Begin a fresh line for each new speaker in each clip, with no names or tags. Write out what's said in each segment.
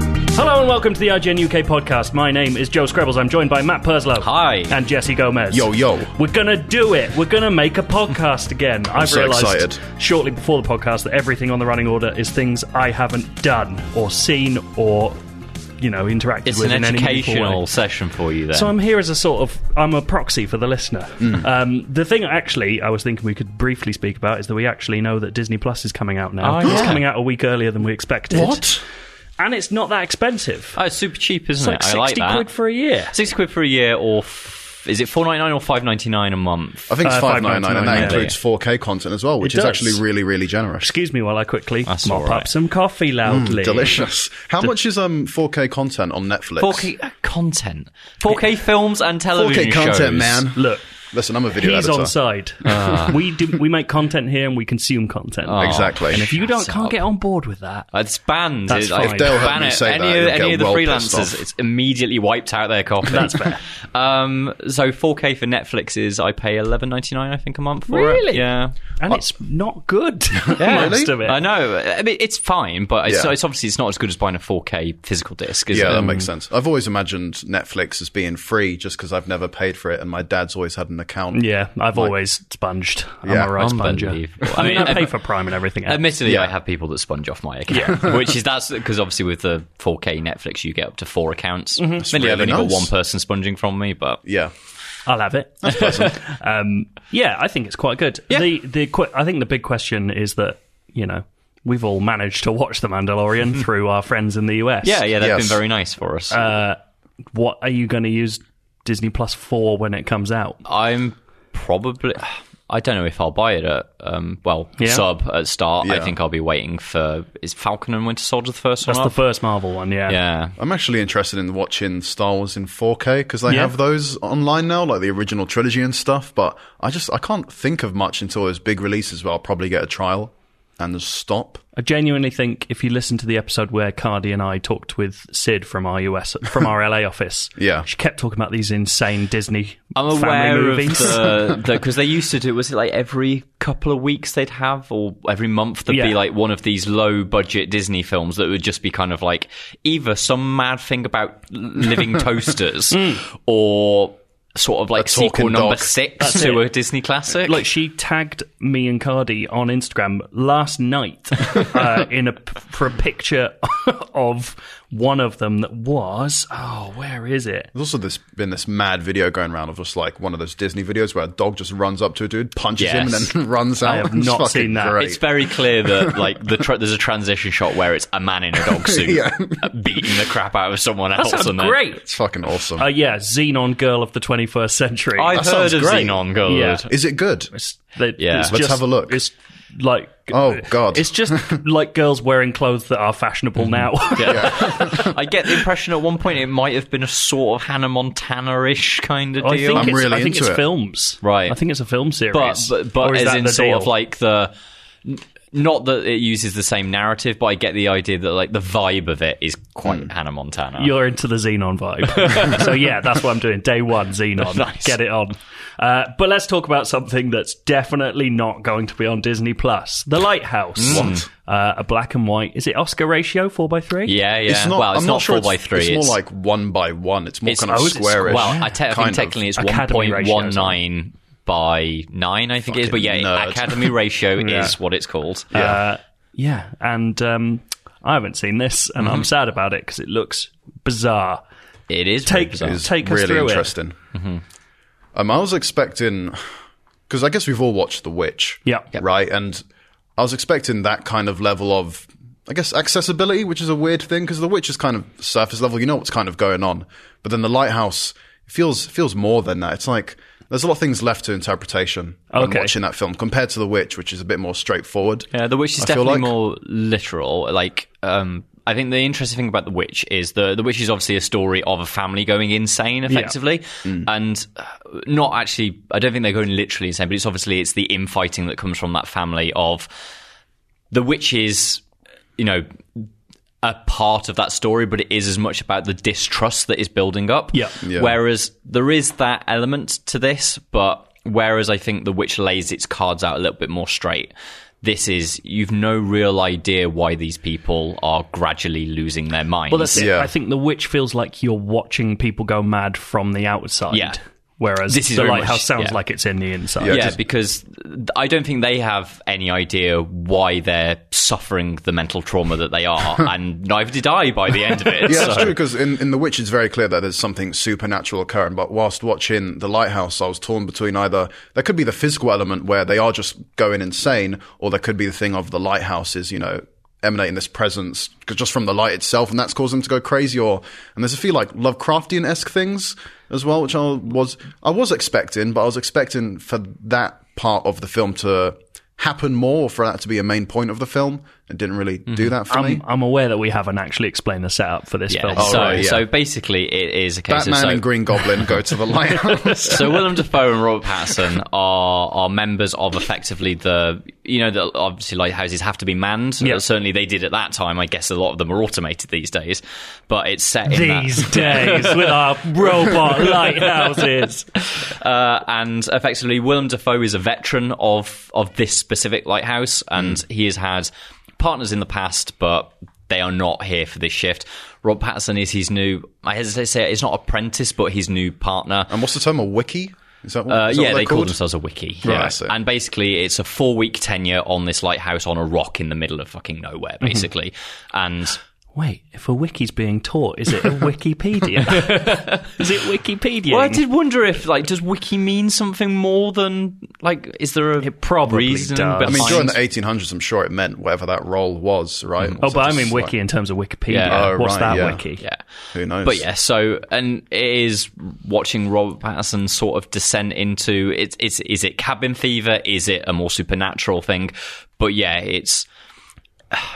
and welcome to the IGN UK podcast. My name is Joe Scribbles. I'm joined by Matt Perslow.
Hi.
And Jesse Gomez.
Yo, yo.
We're going to do it. We're going to make a podcast again. i have
so
realized
excited.
shortly before the podcast that everything on the running order is things I haven't done or seen or, you know, interacted
It's
with
an
in any meaningful way.
educational session for you then.
So I'm here as a sort of I'm a proxy for the listener.
Hmm.
Um, the thing actually I was thinking we could briefly speak about is that we actually know that Disney Plus is coming out now.
Oh,
It's
yeah.
coming out a week earlier than we expected. And it's not that expensive.
oh, it's super cheap,
It's
isn't
like
it?
sixty
I like that.
quid for a year.
60 quid for a year or f- is it 4.99 or 5.99 a month?
I think it's
Uh,
five ninety nine, and that
$5.99,
includes four K content as well, which
It
is
does.
actually really, really generous.
Excuse me while I quickly
That's
mop
all right.
up some coffee loudly.
Mm, Delicious. How much is um four K content on Netflix?
4K uh, content. 4K films and television
4K content,
shows.
man.
Look,
Listen, I'm a video
he's
editor.
on side.
Ah.
we do, we make content here and we consume content.
Exactly.
Ah, And if you don't
Shut
can't
up.
get on board with that,
It's banned.
That's
It's-
fine.
I
If Dale
heard
ban
me
it.
say
any
that,
of,
he'll
any
get
of the
well pissed
freelancers,
off.
it's immediately wiped out their coffee.
That's fair.
Um, so 4K for Netflix is I pay 11.99 I think a month for it.
Really?
Yeah.
and it's not good. Most
Uh, Really?
of it.
I know. I mean, it's fine, but it's,
Yeah.
it's obviously it's not as good as buying a 4K physical disc. Is
yeah,
it?
that makes sense. I've always imagined Netflix as being free just because I've never paid for it, and my dad's always had an account.
Yeah, I've
Like-
always sponged.
Yeah.
I'm a right sponger.
Unbelievable.
I mean, I
I-
pay for Prime and everything. else.
Admittedly,
Yeah.
I have people that sponge off my account, which is that's because obviously with the 4K Netflix, you get up to four accounts. Admittedly, I've
Mm-hmm. really
only got
nice.
one person sponging from me, but
Yeah.
I'll have it. um, yeah, I think it's quite good. The the qu- I think the big question is that you know we've all managed to watch The Mandalorian through our friends in the US.
yeah, yeah, they've
Yes. Uh,
been very nice for us.
What are you going to use Disney Plus for when it comes out?
I'm probably. I don't know if I'll buy it at um, well
Yeah.
sub at start. I
Yeah.
think I'll be waiting for is Falcon and Winter Soldier the first
That's
one.
the
up?
first Marvel one. Yeah.
yeah,
I'm actually interested in watching Star Wars in 4K because they
Yeah.
have those online now, like the original trilogy and stuff. But I just I can't think of much until those big releases where I'll probably get a trial and just stop.
I genuinely think if you listen to the episode where Cardi and I talked with Sid from our US from our LA office,
Yeah.
she kept talking about these insane Disney
I'm
family
aware of
movies.
the because they used to do was it like every couple of weeks they'd have or every month there'd be
Yeah.
like one of these low budget Disney films that would just be kind of like either some mad thing about living toasters
Hmm.
or sort of like sequel
talking
number
dog.
six
That's
to
it.
a Disney classic.
like she tagged me and Cardi on Instagram last night uh, in a p- for a picture of one of them that was oh where is it
There's also this been this mad video going around of just like one of those Disney videos where a dog just runs up to a dude, punches him, and
Yes.
then runs out.
I have
It's
not
fucking
seen that.
great.
It's very clear that like the tra- there's a transition shot where it's a man in a dog suit
Yeah.
beating the crap out of someone else.
sounds
and then-
great
It's fucking awesome.
uh, yeah xenon girl of the 21st century
I've
That
heard
sounds
of
great.
Xenon Girl.
Yeah.
Is it good?
It's- they-
Yeah.
it's
Let's
just-
have a look.
it's like
Oh, God.
it's just like girls wearing clothes that are
Mm-hmm.
fashionable now
I get the impression at one point it might have been a sort of Hannah Montana ish kind of
Oh, I
deal.
think
I'm
it's,
really
I think
into
it's
it.
films
Right.
I think it's a film series
but but,
Or
but
is
as
that
in
the
sort of
deal?
like the n- not that it uses the same narrative, but I get the idea that like the vibe of it is quite
Hmm.
Hannah Montana.
You're into the Xenon vibe. so, yeah, that's what I'm doing. Day one, Xenon.
Nice.
Get it on. Uh, but let's talk about something that's definitely not going to be on Disney Plus The Lighthouse. What? Uh, a black and white. Is it Oscar ratio, 4x3?
Mm. yeah, yeah.
It's not.
well, it's
I'm
not,
not sure.
four by
it's-
three.
It's, more like one by one. It's more kind of
oh, is it
squarish.
Well, I, te- I
Kind
think
of.
technically it's
Academy ratio,
1.19 by 9, I think it is. But yeah,
Fucking nerd.
Academy ratio
Yeah.
is what it's called.
Uh, yeah. And um, I haven't seen this, and
Mm-hmm.
I'm sad about it because it looks bizarre.
it is. very
Take,
bizarre.
is
take us
really
through it.
interesting. Um, I was expecting because I guess we've all watched The Witch,
Yeah. Yep.
right. And I was expecting that kind of level of, I guess, accessibility, which is a weird thing because The Witch is kind of surface level. You know what's kind of going on, but then The Lighthouse feels feels more than that. It's like there's a lot of things left to interpretation when
Okay.
watching that film compared to The Witch, which is a bit more straightforward.
Yeah, The Witch is
I feel
definitely
like.
more literal. Like, um, I think the interesting thing about The Witch is the The Witch is obviously a story of a family going insane, effectively,
Mm.
and uh, not actually. I don't think they're going literally insane, but it's obviously it's the infighting that comes from that family of the witch is, you know. A part of that story, but it is as much about the distrust that is building up.
Yeah.
Yeah.
Whereas there is that element to this, but Whereas I think The Witch lays its cards out a little bit more straight. This is you've no real idea why these people are gradually losing their minds.
Well, that's it.
Yeah.
I think The Witch feels like you're watching people go mad from the outside.
Yeah.
Whereas
This is
The
very
Lighthouse
much-
sounds
yeah.
like it's in the inside.
yeah,
just-
because th- I don't think they have any idea why they're suffering the mental trauma that they are, and neither did I by the end of it.
Yeah,
so-
that's true because in, in The Witch, it's very clear that there's something supernatural occurring. But whilst watching The Lighthouse, I was torn between either there could be the physical element where they are just going insane, or there could be the thing of the lighthouse is, you know, emanating this presence 'cause just from the light itself, and that's caused them to go crazy. Or and there's a few like Lovecraftian esque things as well, which I was I was expecting, but I was expecting for that part of the film to happen more, or for that to be a main point of the film. It didn't really do that for me.
I'm, I'm aware that we haven't actually explained the setup for this
Yeah,
film.
so,
Oh, right, yeah.
so basically, it is a case
Batman
of so,
and Green Goblin go to the lighthouse.
so Willem Dafoe and Robert Pattinson are are members of effectively the you know the, obviously lighthouses have to be manned.
Yeah.
Certainly they did at that time. I guess a lot of them are automated these days, but it's set in that-
These days with our robot lighthouses.
uh, and effectively Willem Dafoe is a veteran of of this specific lighthouse, and
Mm.
he has had partners in the past, but they are not here for this shift. Rob Patterson is his new. I hesitate to say it, it's not apprentice, but his new partner.
and what's the term? A wiki? Is that what,
Uh,
is that
yeah,
what
they
they're
call
called?
themselves a wiki.
Right,
yeah.
I see.
And basically, it's a four week tenure on this lighthouse on a rock in the middle of fucking nowhere, basically. And
Wait, if a wiki's being taught, is it a Wikipedia? is it Wikipedia?
well, I did wonder if like does wiki mean something more than like is there a
probably
reason
does.
I
behind?
mean, during the 1800s, I'm sure it meant whatever that role was, right?
Mm.
Oh, but I mean
Just
wiki in terms of Wikipedia.
Yeah.
Oh,
What's
right,
that
yeah.
wiki?
yeah.
Who knows?
But yeah, so and it is watching Robert Patterson sort of descent into it's it's is it cabin fever? Is it a more supernatural thing? But yeah, it's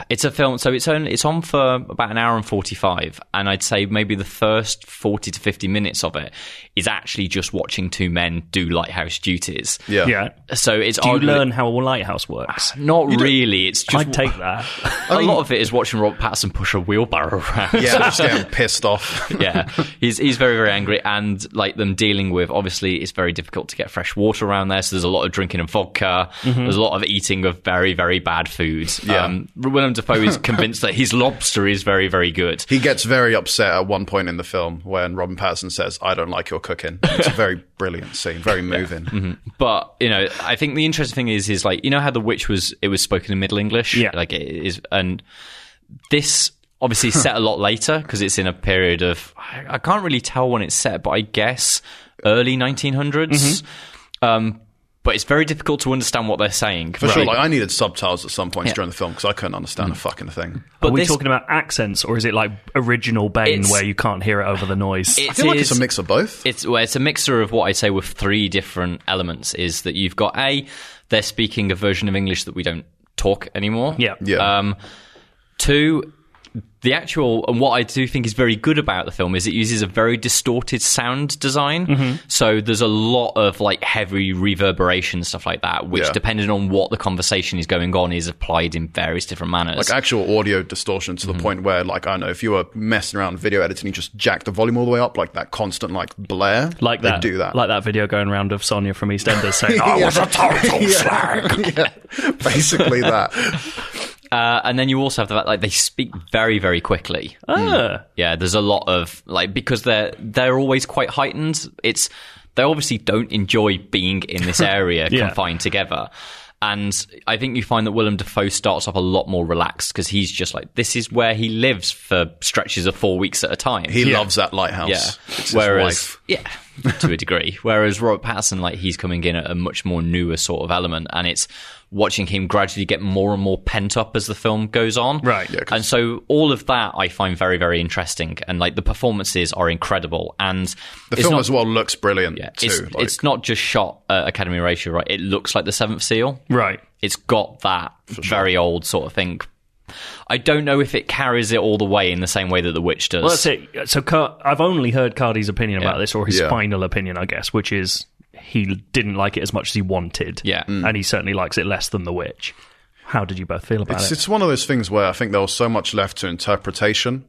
it's a film. So it's on it's on for about an hour and forty five, and I'd say maybe the first forty to fifty minutes of it is actually just watching two men do lighthouse duties.
Yeah.
Yeah.
So it's
Do you
arguably-
learn how a lighthouse works?
Not really. It's just
I'd take that.
a lot of it is watching Robert Patterson push a wheelbarrow around.
Yeah, just getting pissed off.
yeah, he's he's very very angry, and like them dealing with obviously it's very difficult to get fresh water around there. So there's a lot of drinking of vodka. There's a lot of eating of very very bad food.
Yeah.
Willem Dafoe is convinced that his lobster is very very good.
He gets very upset at one point in the film when Robin Patterson says, I don't like your cooking. It's a very brilliant scene, very moving.
Mm-hmm. But you know, I think the interesting thing is is like you know how the witch was it was spoken in Middle English,
Yeah.
like it is, and this. Obviously, is set a lot later because it's in a period of I, I can't really tell when it's set, but I guess early 1900s. Um, but it's very difficult to understand what they're saying.
Mm-hmm. For sure, like, I needed subtitles at some points during the film because I couldn't
Mm.
understand a fucking thing.
Are
but
we
this-
talking about accents, or is it like original Bane,
It's-
where you can't hear it over the noise?
it
I feel like it's
is-
a mix of both.
it's well, it's a mixture of what I'd say with three different elements is that you've got a they're speaking a version of English that we don't talk anymore.
Yeah.
Yeah.
Um, two, the actual and what I do think is very good about the film is it uses a very distorted sound design.
Mm-hmm.
So there's a lot of like heavy reverberation stuff like that, which
Yeah.
depending on what the conversation is going on is applied in various different manners.
like actual audio distortion to the
Mm-hmm.
point where, like, I don't know, if you were messing around video editing, you just jack the volume all the way up, like that constant, like, blare.
like that,
They do that.
like that video going around of Sonia from EastEnders saying, "I was a total slag."
yeah, basically that.
Uh, and then you also have the fact like they speak very very quickly. Hmm.
Ah.
Yeah, there's a lot of like because they're they're always quite heightened. It's they obviously don't enjoy being in this area
Yeah.
confined together. And I think you find that Willem Dafoe starts off a lot more relaxed because he's just like this is where he lives for stretches of four weeks at a time.
He loves that lighthouse.
yeah.
It's
Whereas yeah, to a degree. Whereas Robert Patterson, like he's coming in at a much more newer sort of element, and it's watching him gradually get more and more pent up as the film goes on.
Right. Yeah,
'cause-
and so all of that I find very very interesting, and like the performances are incredible, and
the
it's
film
not,
as well looks brilliant
yeah,
too.
it's,
like,
it's not just shot at Academy Ratio, right? It looks like The Seventh Seal.
Right.
It's got that very old sort of thing. I don't know if it carries it all the way in the same way that The Witch does.
Well, that's it. So Car- I've only heard Cardi's opinion about
Yeah.
this, or his
Yeah.
final opinion, I guess, which is he didn't like it as much as he wanted.
Yeah. Mm.
and he certainly likes it less than The Witch. How did you both feel about
it's,
it?
it's one of those things where I think there was so much left to interpretation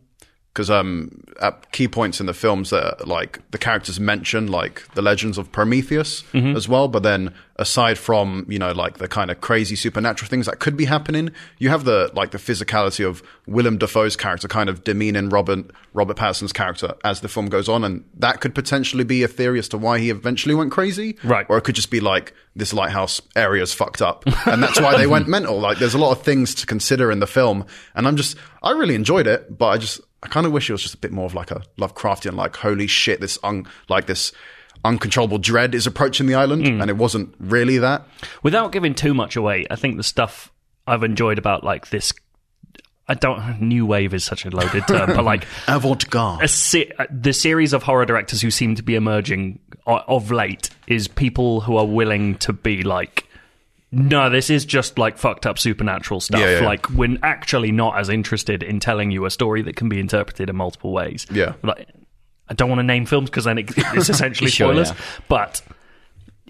because um, at key points in the films that like the characters mention like the legends of Prometheus
Mm-hmm.
as well, but then aside from you know like the kind of crazy supernatural things that could be happening, you have the like the physicality of Willem Dafoe's character kind of demeaning Robert Robert Pattinson's character as the film goes on, and that could potentially be a theory as to why he eventually went crazy,
Right.
Or it could just be like this lighthouse area's fucked up, and that's why they went mental. Like there's a lot of things to consider in the film, and I'm just I really enjoyed it, but I just I kind of wish it was just a bit more of like a Lovecraftian, like holy shit, this un like this uncontrollable dread is approaching the island,
Mm.
and it wasn't really that.
Without giving too much away, I think the stuff I've enjoyed about like this. I don't. New wave is such a loaded term, but like
Avant garde.
a se- uh, the series of horror directors who seem to be emerging o- of late is people who are willing to be like no this is just like fucked up supernatural stuff
Yeah, yeah, yeah.
like we're actually not as interested in telling you a story that can be interpreted in multiple ways
Yeah.
like i don't want to name films because then it, it's essentially
Sure,
spoilers
yeah.
but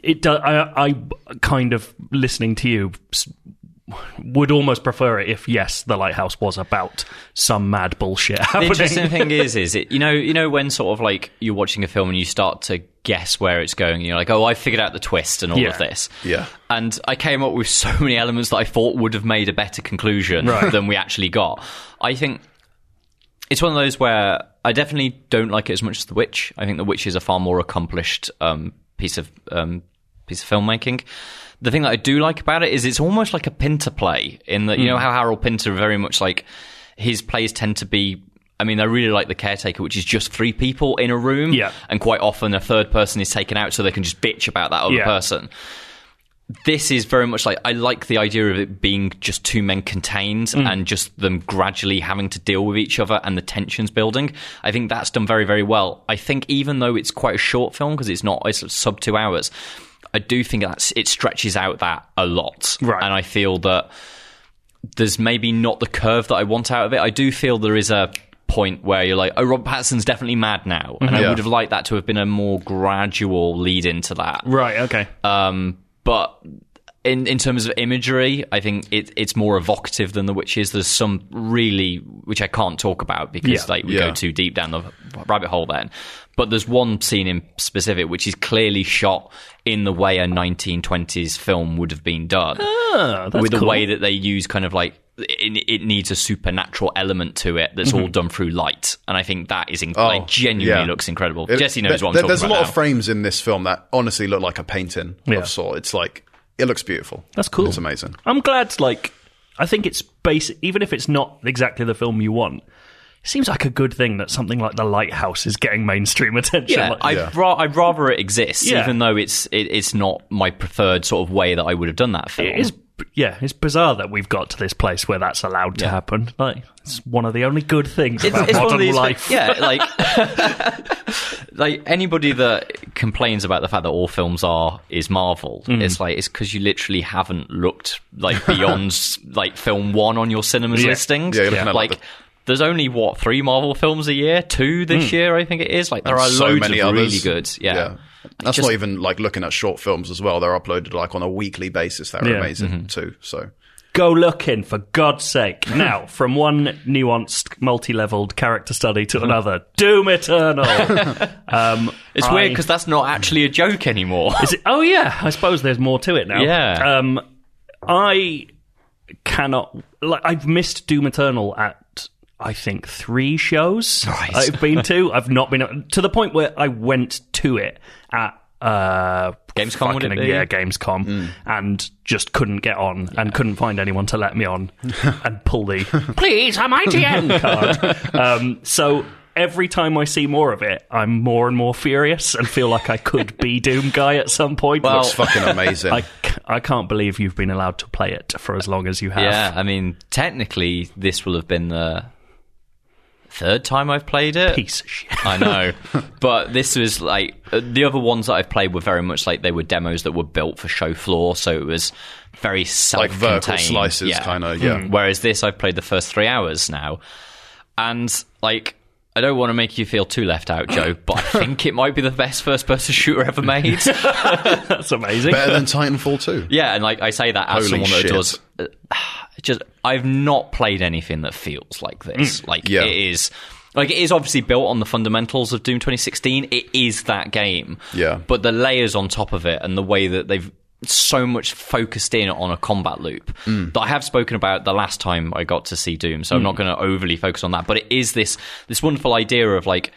it does I, I kind of listening to you s- would almost prefer it if yes the lighthouse was about some mad bullshit
The
happening.
interesting thing is, is it you know you know when sort of like you're watching a film and you start to guess where it's going. And you're like, oh, I figured out the twist and all
Yeah.
of this.
Yeah.
And I came up with so many elements that I thought would have made a better conclusion than we actually got. I think it's one of those where I definitely don't like it as much as The Witch. I think The Witch is a far more accomplished um, piece of um, piece of filmmaking. The thing that I do like about it is it's almost like a Pinter play in that you
Hmm.
know how Harold Pinter very much like his plays tend to be. I mean, I really like The Caretaker, which is just three people in a room,
Yeah.
and quite often a third person is taken out so they can just bitch about that other
Yeah.
person this is very much like I like the idea of it being just two men contained and just them gradually having to deal with each other and the tensions building. I think that's done very very well. I think even though it's quite a short film because it's not it's sub two hours, I do think that's it stretches out that a lot,
Right.
and I feel that there's maybe not the curve that I want out of it. I do feel there is a point where you're like, oh, Rob Patterson's definitely mad now, and I
Yeah.
would have liked that to have been a more gradual lead into that.
Right. Okay.
Um, but in in terms of imagery, I think it, it's more evocative than the witches. There's some really which I can't talk about because
Yeah.
like we
Yeah.
go too deep down the rabbit hole then. But there's one scene in specific which is clearly shot in the way a 1920s film would have been done,
Ah,
with the way that they use kind of like. It, it needs a supernatural element to it that's all done through light, and I think that is in, like genuinely
Mm-hmm. Oh, yeah.
looks incredible.
It-
Jesse knows
there-
what I'm talking
There's
about.
a lot
now.
of frames in this film that honestly look like a painting
Yeah.
of sort. It's like it looks beautiful.
That's cool.
It's amazing.
I'm glad. Like, I think it's basic. Even if it's not exactly the film you want, it seems like a good thing that something like The Lighthouse is getting mainstream attention.
Yeah,
Like-
I'd,
Yeah.
Ra- I'd rather it exists,
Yeah.
even though it's it, it's not my preferred sort of way that I would have done that film.
it is. Yeah, it's bizarre that we've got to this place where that's allowed to happen. Like, it's one of the only good things about
one of
modern
these
life.
things- yeah, like like anybody that complains about the fact that all films are is Marvel, it's like it's because you literally haven't looked like beyond like film one on your cinemas
Yeah.
listings.
Yeah, you're looking at, like,
like. there's only what three Marvel films a year, two this year, I think it is. Like there are
so
loads
many
of really
others.
good, yeah.
That's not even like looking at short films as well. They're uploaded like on a weekly basis. They're
Yeah.
amazing
Mm-hmm.
too. So
Go looking, for God's sake. Now, from one nuanced, multi leveled character study to another Doom Eternal.
It's
I-
weird because that's not actually a joke anymore.
Is it? Oh yeah, I suppose there's more to it now.
Yeah.
Um, I cannot. Like, I've missed Doom Eternal at I think three shows
Right.
I've been to. I've not been to the point where I went to it at. Uh,
Gamescom, would it
fucking-
be? Hmm.
Yeah, Gamescom, and just couldn't get on, and couldn't find anyone to let me on, and pull the please I'm ITN card. Um, so every time I see more of it, I'm more and more furious, and feel like I could be Doom Guy at some point.
Well,
it's fucking amazing.
I, c- I can't believe you've been allowed to play it for as long as you have.
Yeah, I mean, technically, this will have been the third time I've played it.
Piece of shit.
I know, but this was like uh, the other ones that I've played were very much like they were demos that were built for show floor, so it was very
like
self-contained,
vertical slices,
yeah. Hmm.
kind of. Yeah.
Whereas this, I've played the first three hours now, and like. I don't want to make you feel too left out, Joe, but I think it might be the best first-person shooter ever made.
That's amazing.
Better than Titanfall too.
Yeah, and like I say that as
Holy
someone
shit.
that does. uh, Just I've not played anything that feels like this. Like
Mm, Yeah.
it is. Like it is obviously built on the fundamentals of Doom 2016. It is that game.
Yeah.
But the layers on top of it and the way that they've so much focused in on a combat loop
Mm.
that I have spoken about the last time I got to see Doom, so I'm not going to overly focus on that. But it is this this wonderful idea of like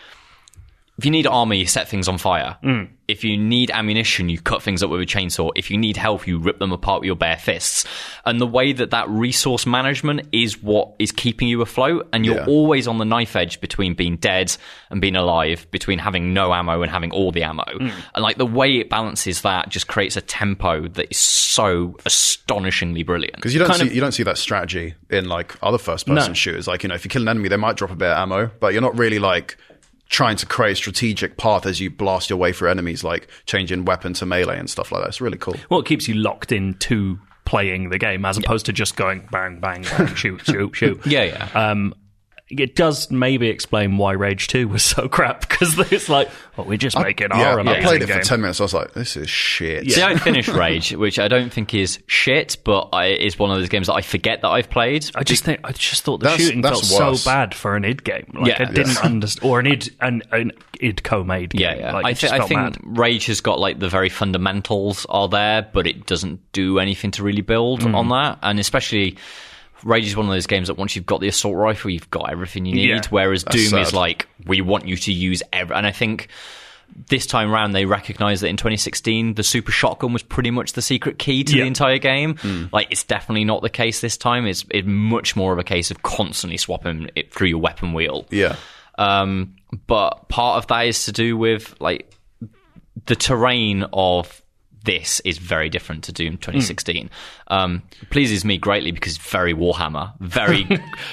if you need armor, you set things on fire.
Mm.
If you need ammunition, you cut things up with a chainsaw. If you need health, you rip them apart with your bare fists. And the way that that resource management is what is keeping you afloat, and you're
Yeah.
always on the knife edge between being dead and being alive, between having no ammo and having all the ammo.
Mm.
And like the way it balances that just creates a tempo that is so astonishingly brilliant.
Because you don't see you don't see that strategy in like other first person
No.
shooters. Like you know, if you kill an enemy, they might drop a bit of ammo, but you're not really like trying to create a strategic path as you blast your way through enemies, like changing weapon to melee and stuff like that. It's really cool.
Well, it keeps you locked into playing the game as opposed to just going bang, bang, bang, shoot, shoot, shoot.
Yeah, yeah.
Um, it does maybe explain why Rage 2 was so crap because it's like, well, we're just making our
I
amazing
played it
game.
for ten minutes. I was like, this is shit.
See, I finished Rage, which I don't think is shit, but I, is one of those games that I forget that I've played.
I just think I just thought the
That's-
shooting
that's
felt
worse.
so bad for an id game. Like
Yeah.
I didn't
Yeah.
understand, or an id an, an id co-made game.
Yeah, yeah.
Like,
I,
it
thi-
just
I
felt
think
mad.
Rage has got like the very fundamentals are there, but it doesn't do anything to really build
Hmm.
on that. And especially Rage is one of those games that once you've got the assault rifle, you've got everything you need.
Yeah.
Whereas Doom
sad.
is like we want you to use every. And I think this time round they recognized that in 2016 the super shotgun was pretty much the secret key to
Yeah. Hmm.
the entire game like it's definitely not the case this time it's, it's much more of a case of constantly swapping it through your weapon wheel
Yeah.
um, but part of that is to do with like the terrain of this is very different to Doom 2016. Um, pleases me greatly because it's very Warhammer, very,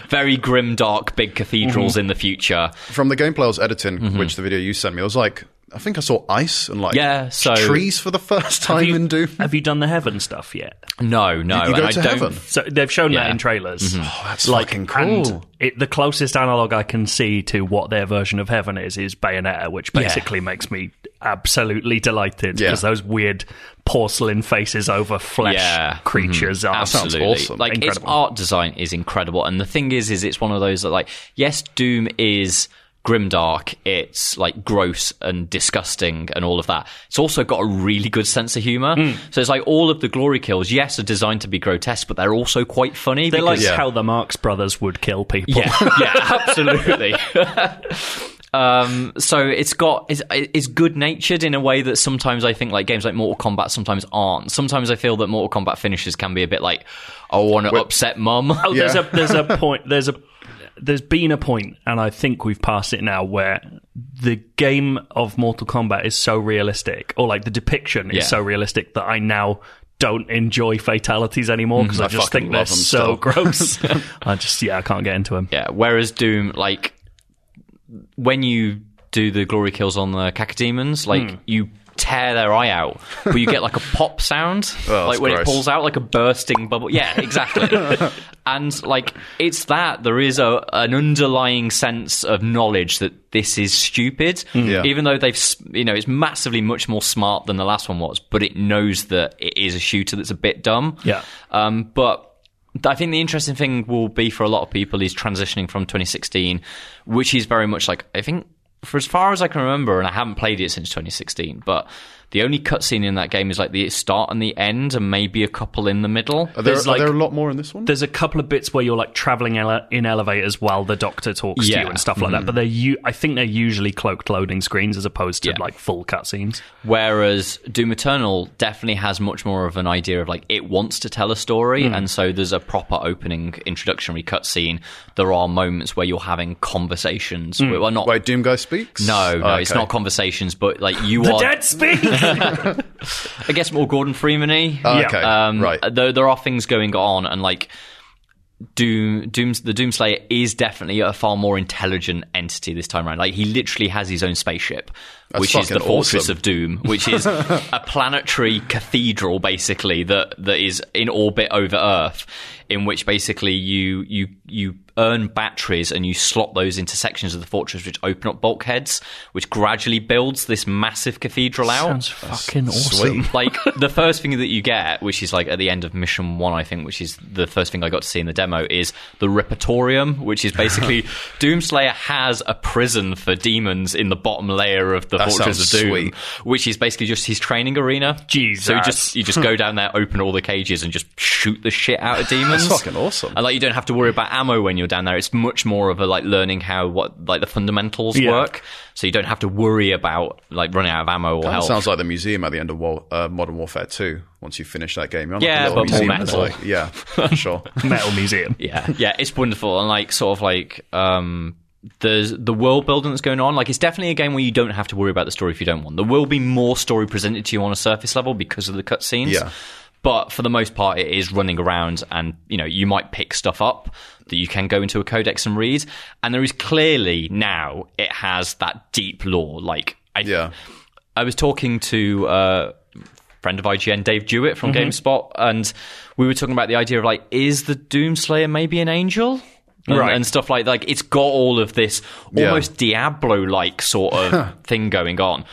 very grim, dark, big cathedrals
Mm-hmm.
in the future.
From the gameplay I was editing,
Mm-hmm.
which the video you sent me, I was like, I think I saw ice and like
Yeah, so-
trees for the first time
you-
in Doom.
Have you done the heaven stuff yet?
No, no,
You
and
go
I
to
don't.
heaven.
So they've shown
Yeah.
that in trailers.
Oh, that's fucking
And it, the closest analog I can see to what their version of heaven is is Bayonetta, which basically makes me absolutely delighted
Yeah.
because those weird porcelain faces over flesh
Yeah. Mm-hmm.
creatures are
Absolutely,
awesome.
like its
Incredible.
art design is incredible, and the thing is, is it's one of those that, like, yes, Doom is grimdark, it's like gross and disgusting and all of that. It's also got a really good sense of humor,
Hmm.
so it's like all of the glory kills, yes, are designed to be grotesque, but they're also quite funny.
They're like
because-
Yeah.
how the Marx Brothers would kill people.
yeah, yeah, absolutely. um, so it's got it's, it's good natured in a way that sometimes I think like games like Mortal Kombat sometimes aren't. Sometimes I feel that Mortal Kombat finishes can be a bit like I want to upset mum.
Oh, there's
Yeah.
a there's a point there's a there's been a point, and I think we've passed it now, where the game of Mortal Kombat is so realistic, or like the depiction
Yeah.
is so realistic that I now don't enjoy fatalities anymore because I just
fucking
think they're
love 'em
so
still.
gross. I just yeah, I can't get into them.
Yeah. Whereas Doom, like when you do the glory kills on the Kakademons, like
Hmm.
you tear their eye out, but you get like a pop sound,
Oh,
like
that's
when it
gross.
pulls out, like a bursting bubble. Yeah, exactly. and like it's that there is a an underlying sense of knowledge that this is stupid,
Hmm. Yeah.
even though they've s- you know it's massively much more smart than the last one was, but it knows that it is a shooter that's a bit dumb.
Yeah.
Um, but I think the interesting thing will be for a lot of people is transitioning from 2016, which is very much like, I think, for as far as I can remember, and I haven't played it since 2016, but the only cutscene in that game is like the start and the end, and maybe a couple in the middle.
Are there,
There's,
are there
like-
a lot more in this one?
There's a couple of bits where you're like traveling ele- in elevators while the doctor talks
Yeah.
to you and stuff like that, but they're u- I think they're usually cloaked loading screens as opposed to
Yeah.
like full cutscenes.
Whereas Doom Eternal definitely has much more of an idea of like it wants to tell a story,
Hmm.
and so there's a proper opening introductory cutscene. There are moments where you're having conversations. Well, not
Hmm. Wait, Doom Guy speaks.
no, no,
Oh,
it's
okay.
not conversations, but like you
The
are
dead speak.
I guess more Gordon Freeman-y.
Oh,
Yeah.
okay,
um,
right.
Though there are things going on, and like Doom, Dooms, the Doomslayer is definitely a far more intelligent entity this time around. Like he literally has his own spaceship, which is
fucking
the Fortress
awesome.
of Doom, which is a planetary cathedral basically that that is in orbit over Earth, in which basically you you you earn batteries and you slot those into sections of the fortress which open up bulkheads, which gradually builds this massive cathedral out
Sounds fucking
sweet.
awesome.
like the first thing that you get, which is like at the end of mission one, I think, which is the first thing I got to see in the demo, is the Repertorium, which is basically Doomslayer has a prison for demons in the bottom layer of the
That
Fortress of
sounds
Doom,
sweet.
which is basically just his training arena.
Jesus.
So you just you just go down there, open all the cages, and just shoot the shit out of demons.
That's fucking awesome.
And like you don't have to worry about ammo when you're down there. It's much more of a like learning how what like the fundamentals
Yeah.
work. So you don't have to worry about like running out of ammo or
That
health.
sounds like the museum at the end of War, uh, Modern Warfare 2. Once you finish that game, you're on
Yeah,
like a little
but more
museum. that's
metal.
like- yeah, sure.
Metal Museum.
yeah yeah it's wonderful and like sort of like um there's the world building that's going on like it's definitely a game where you don't have to worry about the story if you don't want there will be more story presented to you on a surface level because of the cutscenes
Yeah.
but for the most part it is running around and you know you might pick stuff up that you can go into a codex and read and there is clearly now it has that deep lore like I,
Yeah.
I was talking to uh, friend of IGN, Dave Jewett from
Mm-hmm.
GameSpot, and we were talking about the idea of like, is the Doomslayer maybe an angel? And,
Right.
and stuff like like it's got all of this
Yeah.
almost Diablo like sort of thing going on,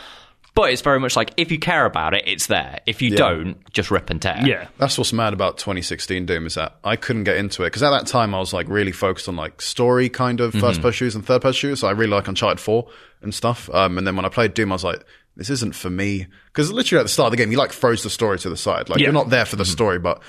but it's very much like if you care about it, it's there. If you don't, just rip and tear.
Yeah.
That's what's mad about 2016 Doom is that I couldn't get into it because at that time I was like really focused on like story kind
Mm-hmm.
of first person shooters and third person shooters. So I really like Uncharted 4 and stuff. Um, and then when I played Doom, I was like, this isn't for me because literally at the start of the game you like throws the story to the side. Like
Yeah.
you're not there for the
Mm-hmm.
story, but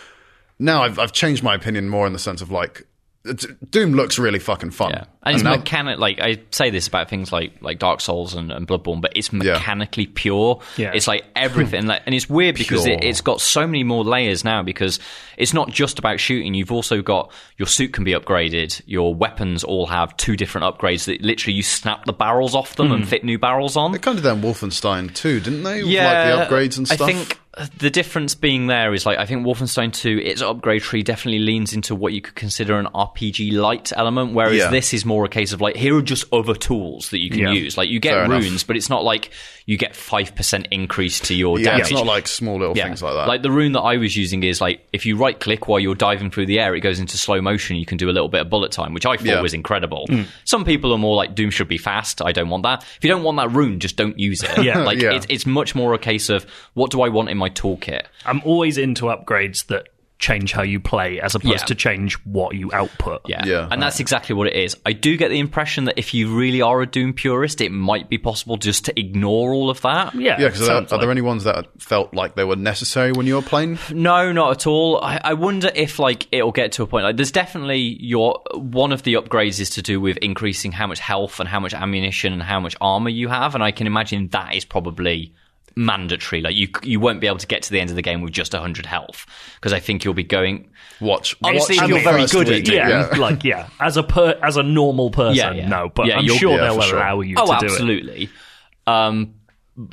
now I've I've changed my opinion more in the sense of like D- Doom looks really fucking fun.
Yeah. Um, And it's
now-
mechanic like I say this about things like like Dark Souls and, and Bloodborne, but it's mechanically pure.
Yeah.
It's like everything like, and it's weird because it,
Pure.
it's got so many more layers now because it's not just about shooting, you've also got your suit can be upgraded, your weapons all have two different upgrades that literally you snap the barrels off them and fit new barrels on.
They kind of done Wolfenstein too, didn't they? With, like the upgrades and stuff.
I think the difference being there is like I think Wolfenstein 2, its upgrade tree definitely leans into what you could consider an RPG light element, whereas
Yeah.
this is more a case of like here are just other tools that you can
Yeah.
use. Like you get
Fair enough.
runes, but it's not like you get five percent increase to your
yeah,
damage.
it's not like small little
Yeah.
things like that.
the rune that I was using is like if you right click while you're diving through the air, it goes into slow motion. You can do a little bit of bullet time, which I thought
Yeah.
was incredible.
Mm.
Some people are more like Doom should be fast. I don't want that. If you don't want that rune, just don't use it.
Yeah.
like
Yeah.
It's, it's much more a case of what do I want in my toolkit.
I'm always into upgrades that change how you play as opposed
Yeah.
to change what you output.
Yeah.
Yeah.
and that's exactly what it is. I do get the impression that if you really are a Doom purist, it might be possible just to ignore all of that.
Yeah.
Yeah, because are,
sounds
are
like-
there any ones that felt like they were necessary when you were playing?
No, not at all. I, I wonder if like it'll get to a point like there's definitely your one of the upgrades is to do with increasing how much health and how much ammunition and how much armor you have, and I can imagine that is probably mandatory. Like you you won't be able to get to the end of the game with just 100 health because I think you'll be going.
Watch.
Obviously,
watch
if
the
you're very
first
good at
week.
it,
yeah, like yeah, as a per, as a normal person,
Yeah, yeah.
no, but
Yeah,
I'm
you'll-
sure
Yeah,
they'll
for sure.
allow you
oh,
to do it.
absolutely. Um,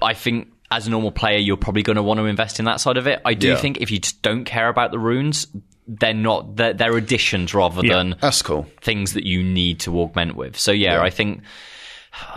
I think as a normal player, you're probably going to want to invest in that side of it. I do
Yeah.
think if you just don't care about the runes, they're not they're, they're additions rather
Yeah.
than
That's cool.
things that you need to augment with. So yeah, I think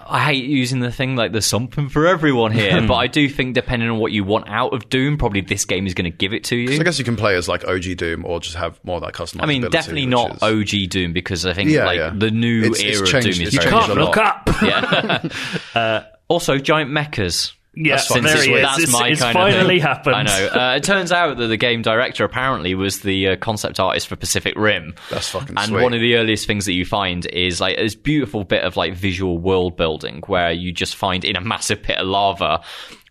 I hate using the thing like there's something for everyone here, but I do think depending on what you want out of Doom, probably this game is going to give it to you.
So I guess you can play as like OG Doom or just have more of that customization.
I mean, definitely not OG Doom because I think
Yeah,
like
yeah.
the new
It's- it's
era
changed-
of Doom is
it's
very
changed
Can't
a
different.
look
lot.
up.
Yeah. also, giant mechas.
Yeah,
That's fine.
there
Since
he is.
That's
It's-
my
it's
kind of
finally
thing.
happened.
I know. Uh, it turns out that the game director apparently was the uh, concept artist for Pacific Rim.
That's fucking
And
sweet.
one of the earliest things that you find is like this beautiful bit of like visual world building where you just find in a massive pit of lava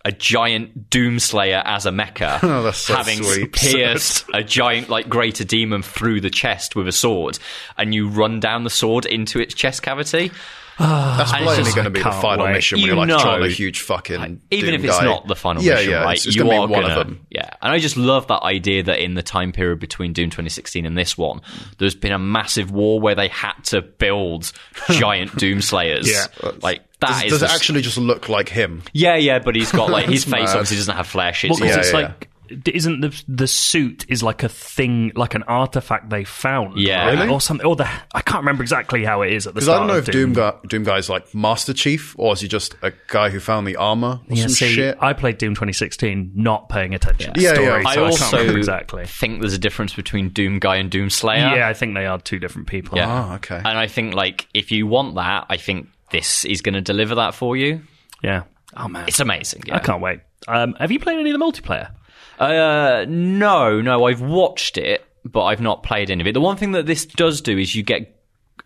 a giant doomslayer as a mecha
Oh, that's so
having
sweet.
pierced a giant like greater demon through the chest with a sword and you run down the sword into its chest cavity
That's
it's
probably
just-
going to be the
can't
final
wait.
mission when
You
you're like
know.
trying a huge fucking.
even
Doom
if it's
guy.
not the final
yeah,
mission,
yeah,
right?
it's, it's
you
gonna
are
be one
gonna,
of them.
Yeah, and I just love that idea that in the time period between Doom 2016 and this one, there's been a massive war where they had to build giant Doom Slayers.
Yeah.
like that is
Does it
the-
actually just look like him?
yeah, yeah, but he's got like his face
mad.
obviously doesn't have flesh. It's
Well, 'cause
Yeah,
it's
yeah,
like isn't the the suit is like a thing, like an artifact they found,
Yeah.
right?
Really?
or something, or the I can't remember exactly how it is at the
Because I
start.
don't know
of
if Doom guy, Doom guy is like Master Chief or is he just a guy who found the armor or
Yeah,
some
see,
shit?
I played Doom 2016, not paying attention. to
Yeah,
the
yeah.
story,
I
so
I
can't remember
also
exactly.
think there's a difference between Doom Guy and Doom Slayer.
Yeah, I think they are two different people.
Yeah.
Ah, okay.
And I think like if you want that, I think this is going to deliver that for you.
Yeah. Oh man,
It's amazing. Yeah.
I can't wait. Um, have you played any of the multiplayer?
Uh, no, no, I've watched it, but I've not played any of it. The one thing that this does do is you get,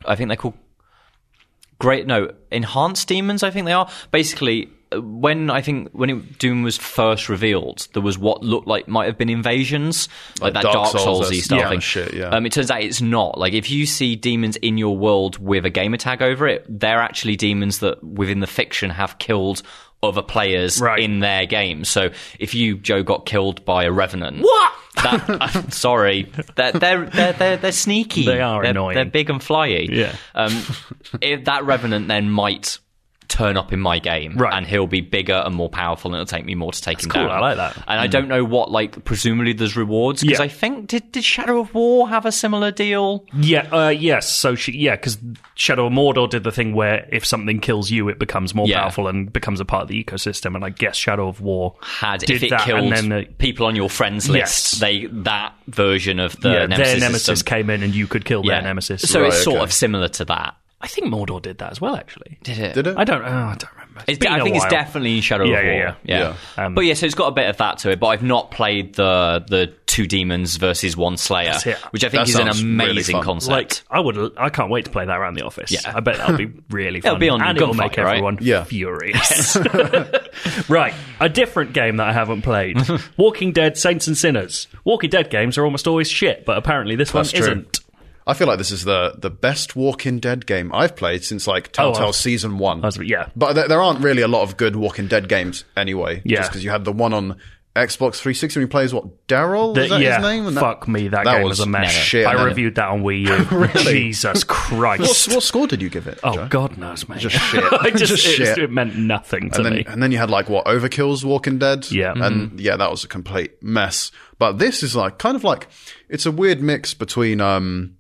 I think they're called great, no, enhanced demons. I think they are basically uh, when I think when it, Doom was first revealed, there was what looked like might have been invasions, like,
Like
that Dark
Dark Souls,
Soulsy
that's-
stuff.
yeah,
thing.
shit, yeah.
Um, it turns out it's not. Like if you see demons in your world with a gamer tag over it, they're actually demons that within the fiction have killed. Other players
Right.
in their game. So if you Joe got killed by a revenant, what? That, I'm sorry, they're they're they're, they're, they're sneaky.
They are
They're-
annoying.
They're big and flyy.
Yeah.
Um, if that revenant then might turn up in my game,
Right.
and he'll be bigger and more powerful, and it'll take me more to take him
cool,
down.
I like that. Mm.
And I don't know what like presumably there's rewards because
Yeah.
I think did did Shadow of War have a similar deal?
Yeah, uh, yes. So she, yeah, because Shadow of Mordor did the thing where if something kills you, it becomes more
Yeah.
powerful and becomes a part of the ecosystem. And I guess Shadow of War
Had
did
if it
that,
killed
and then the,
people on your friends
Yes.
list, they that version of the
yeah,
nemesis
their nemesis
system.
came in, and you could kill
Yeah.
their nemesis.
So
Right,
it's sort
okay.
of similar to that.
I think Mordor did that as well. Actually,
Did it?
Did it?
I don't. Oh, I don't remember. It's
It's,
been
I
a
think it's
while.
definitely in Shadow
Yeah,
of
yeah,
War.
yeah. Yeah. Um,
but yeah, so it's got a bit of that to it. But I've not played the the two demons versus one slayer,
it.
which I think
That
is an
sounds really
amazing
fun.
concept.
Like I would, I can't wait to play that around the office.
Yeah.
I bet that'll be really fun.
be on
and it'll
Gunfire,
make
right?
everyone
Yeah.
furious. right, a different game that I haven't played: Walking Dead: Saints and Sinners. Walking Dead games are almost always shit, but apparently this
That's
one
true.
isn't.
I feel like this is the the best Walking Dead game I've played since
Oh,
like Telltale
I was-
season one.
was- yeah.
but there, there aren't really a lot of good Walking Dead games anyway.
Yeah.
just because you had the one on Xbox 360 and he plays what Daryl?
The-
Is that
yeah,
his name? And that-
fuck me, that,
that
game
was
was a mess.
shit,
I
man.
reviewed that on Wii U. Jesus
What,
Christ!
what score did you give it?
oh
Joe?
God knows, mate.
Just shit.
I just,
Just
it,
shit.
it meant nothing to
and then
me.
and then you had like what Overkill's Walking Dead.
Yeah. Mm-hmm.
and yeah, that was a complete mess. But this is like kind of like it's a weird mix between um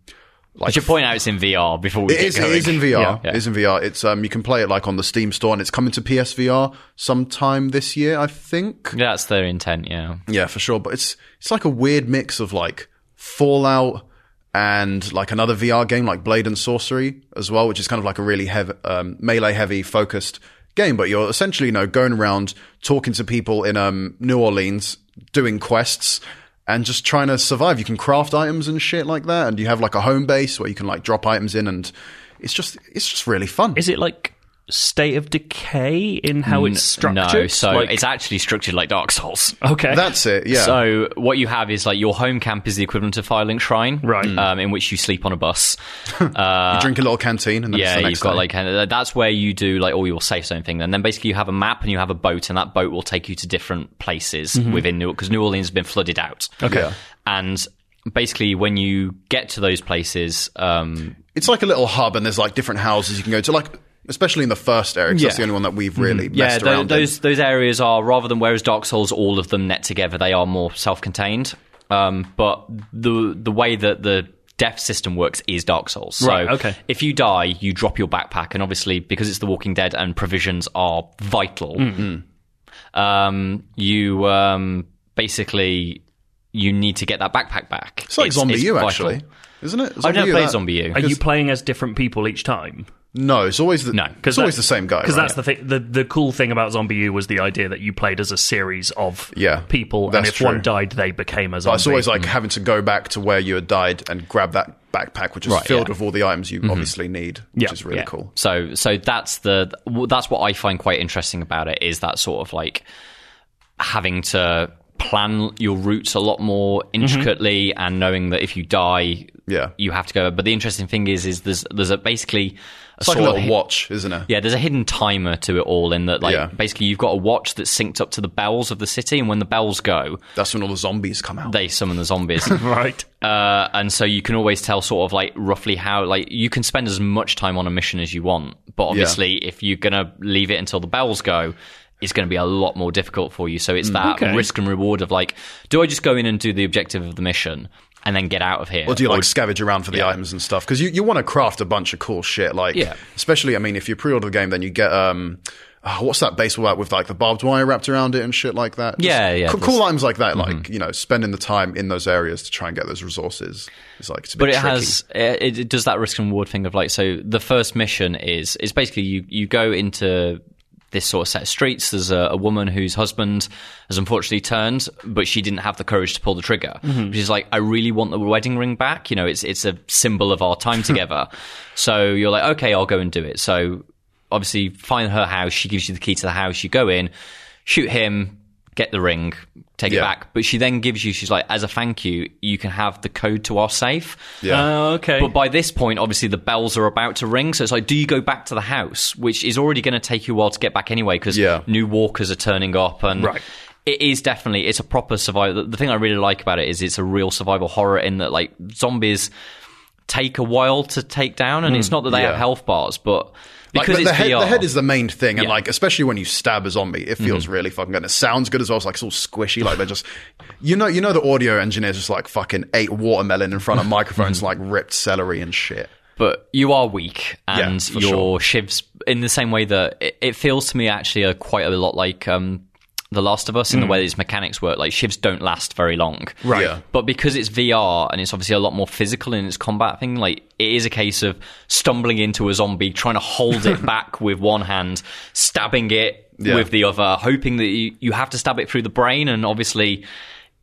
I should point out it's in VR before we
it
get
is, it
going.
is in VR.
Yeah.
It is in VR. It's um you can play it like on the Steam store and it's coming to PSVR sometime this year, I think.
Yeah, That's their intent. Yeah,
Yeah, for sure. But it's it's like a weird mix of like Fallout and like another VR game like Blade and Sorcery as well, which is kind of like a really heavy um, melee heavy focused game. But you're essentially you know going around talking to people in um, New Orleans, doing quests. And just trying to survive. You can craft items and shit like that, and you have like a home base where you can like drop items in, and it's just it's just really fun.
Is it like State of Decay in how Oh, it's structured?
no. So
Like-
it's actually structured like Dark Souls.
okay.
That's it. Yeah.
So what you have is like your home camp is the equivalent of Firelink Shrine,
Right.
Um, in which you sleep on a bus.
you drink a little canteen, and then it's
Yeah,
the
you've
next
got
day.
like kind of- that's where you do like all your safe zone thing. And then basically you have a map and you have a boat, and that boat will take you to different places within New because New Orleans has been flooded out.
Mm-hmm. Okay. Yeah.
and basically when you get to those places, um,
it's like a little hub, and there's like different houses you can go to, like especially in the first area. 'cause That's
Yeah. Mm-hmm.
the only one that we've really
yeah,
messed
tho-
around. in.
those those areas are rather than whereas Dark Souls, all of them net together, they are more self-contained. Um, but the the way that the death system works is Dark Souls. So
Right, okay.
if you die, you drop your backpack, and obviously because it's The Walking Dead and provisions are vital, um, you um, basically you need to get that backpack back.
It's like Zombie U,
vital.
actually, isn't it?
I've
Zombie
never
U,
played
that-
Zombie U.
Are you playing as different people each time?
No, it's always the
No,
no,
'cause
it's always the same guy.
Because
right?
that's the thing. The, the cool thing about Zombie U was the idea that you played as a series of
Yeah,
people, and
that's
if one
true.
died, they became a
But
zombie.
it's always like having to go back to where you had died and grab that backpack, which is
Right, yeah.
filled
Mm-hmm.
with all the items you obviously need, which
Yeah,
is really
yeah.
cool.
So so that's the w- that's what I find quite interesting about it is that sort of like having to plan your routes a lot more
Mm-hmm.
intricately and knowing that if you die
Yeah.
you have to go but the interesting thing is is there's there's a basically a
It's like
sort
a
of
little
hi-
watch, isn't it?
yeah, there's a hidden timer to it all in that, like,
Yeah.
basically you've got a watch that's synced up to the bells of the city, and when the bells go,
That's when all the zombies come out.
they summon the zombies.
right.
Uh, and so you can always tell sort of like roughly how like you can spend as much time on a mission as you want, but obviously if you're gonna leave it until the bells go, is going to be a lot more difficult for you. So it's
Mm.
that
Okay.
risk and reward of like, do I just go in and do the objective of the mission and then get out of here?
Or do you like scavenge around for the items and stuff? Because you, you want to craft a bunch of cool shit. Like,
Yeah.
especially, I mean, if you pre-order the game, then you get um, oh, what's that baseball bat with like the barbed wire wrapped around it and shit like that. Just
Yeah, Mm-hmm. yeah,
cool- cool items like that. Like, you know, spending the time in those areas to try and get those resources is like, it's a bit
but it
tricky.
has it, it does that risk and reward thing of like so the first mission is it's basically you you go into this sort of set of streets there's a, a woman whose husband has unfortunately turned but she didn't have the courage to pull the trigger
Mm-hmm.
which is like i really want the wedding ring back you know it's it's a symbol of our time together so you're like okay i'll go and do it so obviously find her house she gives you the key to the house you go in shoot him get the ring take it
Yeah.
back but she then gives you she's like as a thank you you can have the code to our safe Uh,
Yeah.
Oh, okay.
but by this point, obviously, the bells are about to ring. So it's like, do you go back to the house, which is already going to take you a while to get back anyway, because
Yeah.
new walkers are turning up, and
Right.
it is definitely it's a proper survival. The thing I really like about it is it's a real survival horror in that like zombies take a while to take down, and it's not that they have
Hmm. yeah.
health bars, but
Like,
because
the,
it's
the head,
VR,
the head is the main thing, and like especially when you stab a zombie, it
Mm-hmm.
feels really fucking good. And it sounds good as well. It's like it's all squishy. Like they're just, you know, you know, the audio engineers just like fucking ate watermelon in front of microphones,
Mm-hmm.
like ripped celery and shit.
but you are weak and
for
your shivs in the same way that it, it feels to me actually are quite a lot like um, the last of us in the way its mechanics work like shivs don't last very long
Hmm. Right. Yeah.
but because it's vr and it's obviously a lot more physical in its combat thing like it is a case of stumbling into a zombie trying to hold it back with one hand stabbing it
Yeah.
with the other hoping that you, you have to stab it through the brain and obviously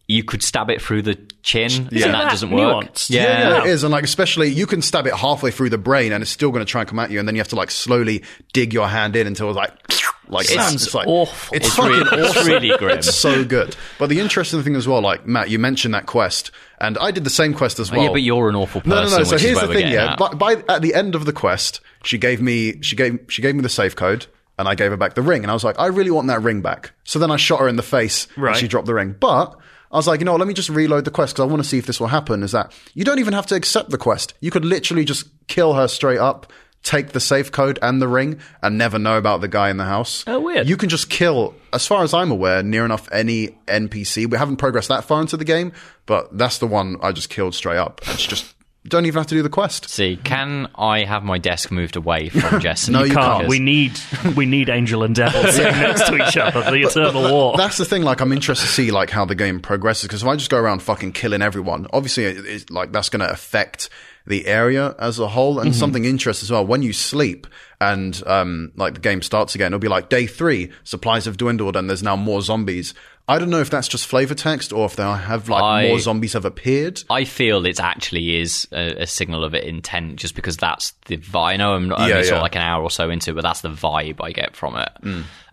you could stab it through the chin and that
that
doesn't work
nuanced?
Yeah,
Yeah.
it is, and like especially you can stab it halfway through the brain, and it's still going to try and come at you, and then you have to like slowly dig your hand in until it's like, like it's-
Sounds
it's like,
awful.
It's,
It's
fucking
really- it's
awesome.
really grim.
It's so good. But the interesting thing as well, like Matt, you mentioned that quest, and I did the same quest as well.
Oh, yeah, but you're an awful person.
no, no, no. So
which is
here's
where
the
we're
thing.
getting
Yeah,
at.
by, by at the end of the quest, she gave me she gave she gave me the safe code. And I gave her back the ring, and I was like, I really want that ring back. So then I shot her in the face,
Right.
and she dropped the ring. But I was like, you know, what, let me just reload the quest because I want to see if this will happen. Is that you don't even have to accept the quest? You could literally just kill her straight up, take the safe code and the ring, and never know about the guy in the house.
Oh, weird.
You can just kill, as far as I'm aware, near enough any NPC. We haven't progressed that far into the game, but that's the one I just killed straight up. It's just don't even have to do the quest.
See, can I have my desk moved away from Jess?
No, you
Can't.
Because-
We need we need angel and devil sitting next to each other. The eternal war.
That's the thing. Like, I'm interested to see like how the game progresses because if I just go around fucking killing everyone, obviously, it, it's like that's going to affect the area as a whole.
Mm-hmm.
And something interesting as well when you sleep and um, like the game starts again, it'll be like day three, supplies have dwindled and there's now more zombies. I don't know if that's just flavor text or if there have like
I-
more zombies have appeared.
I feel it actually is a, a signal of intent, just because that's the vibe. I know I'm not only
Yeah,
sort of
yeah. Mm.
like an hour or so into, it, but that's the vibe I get from it.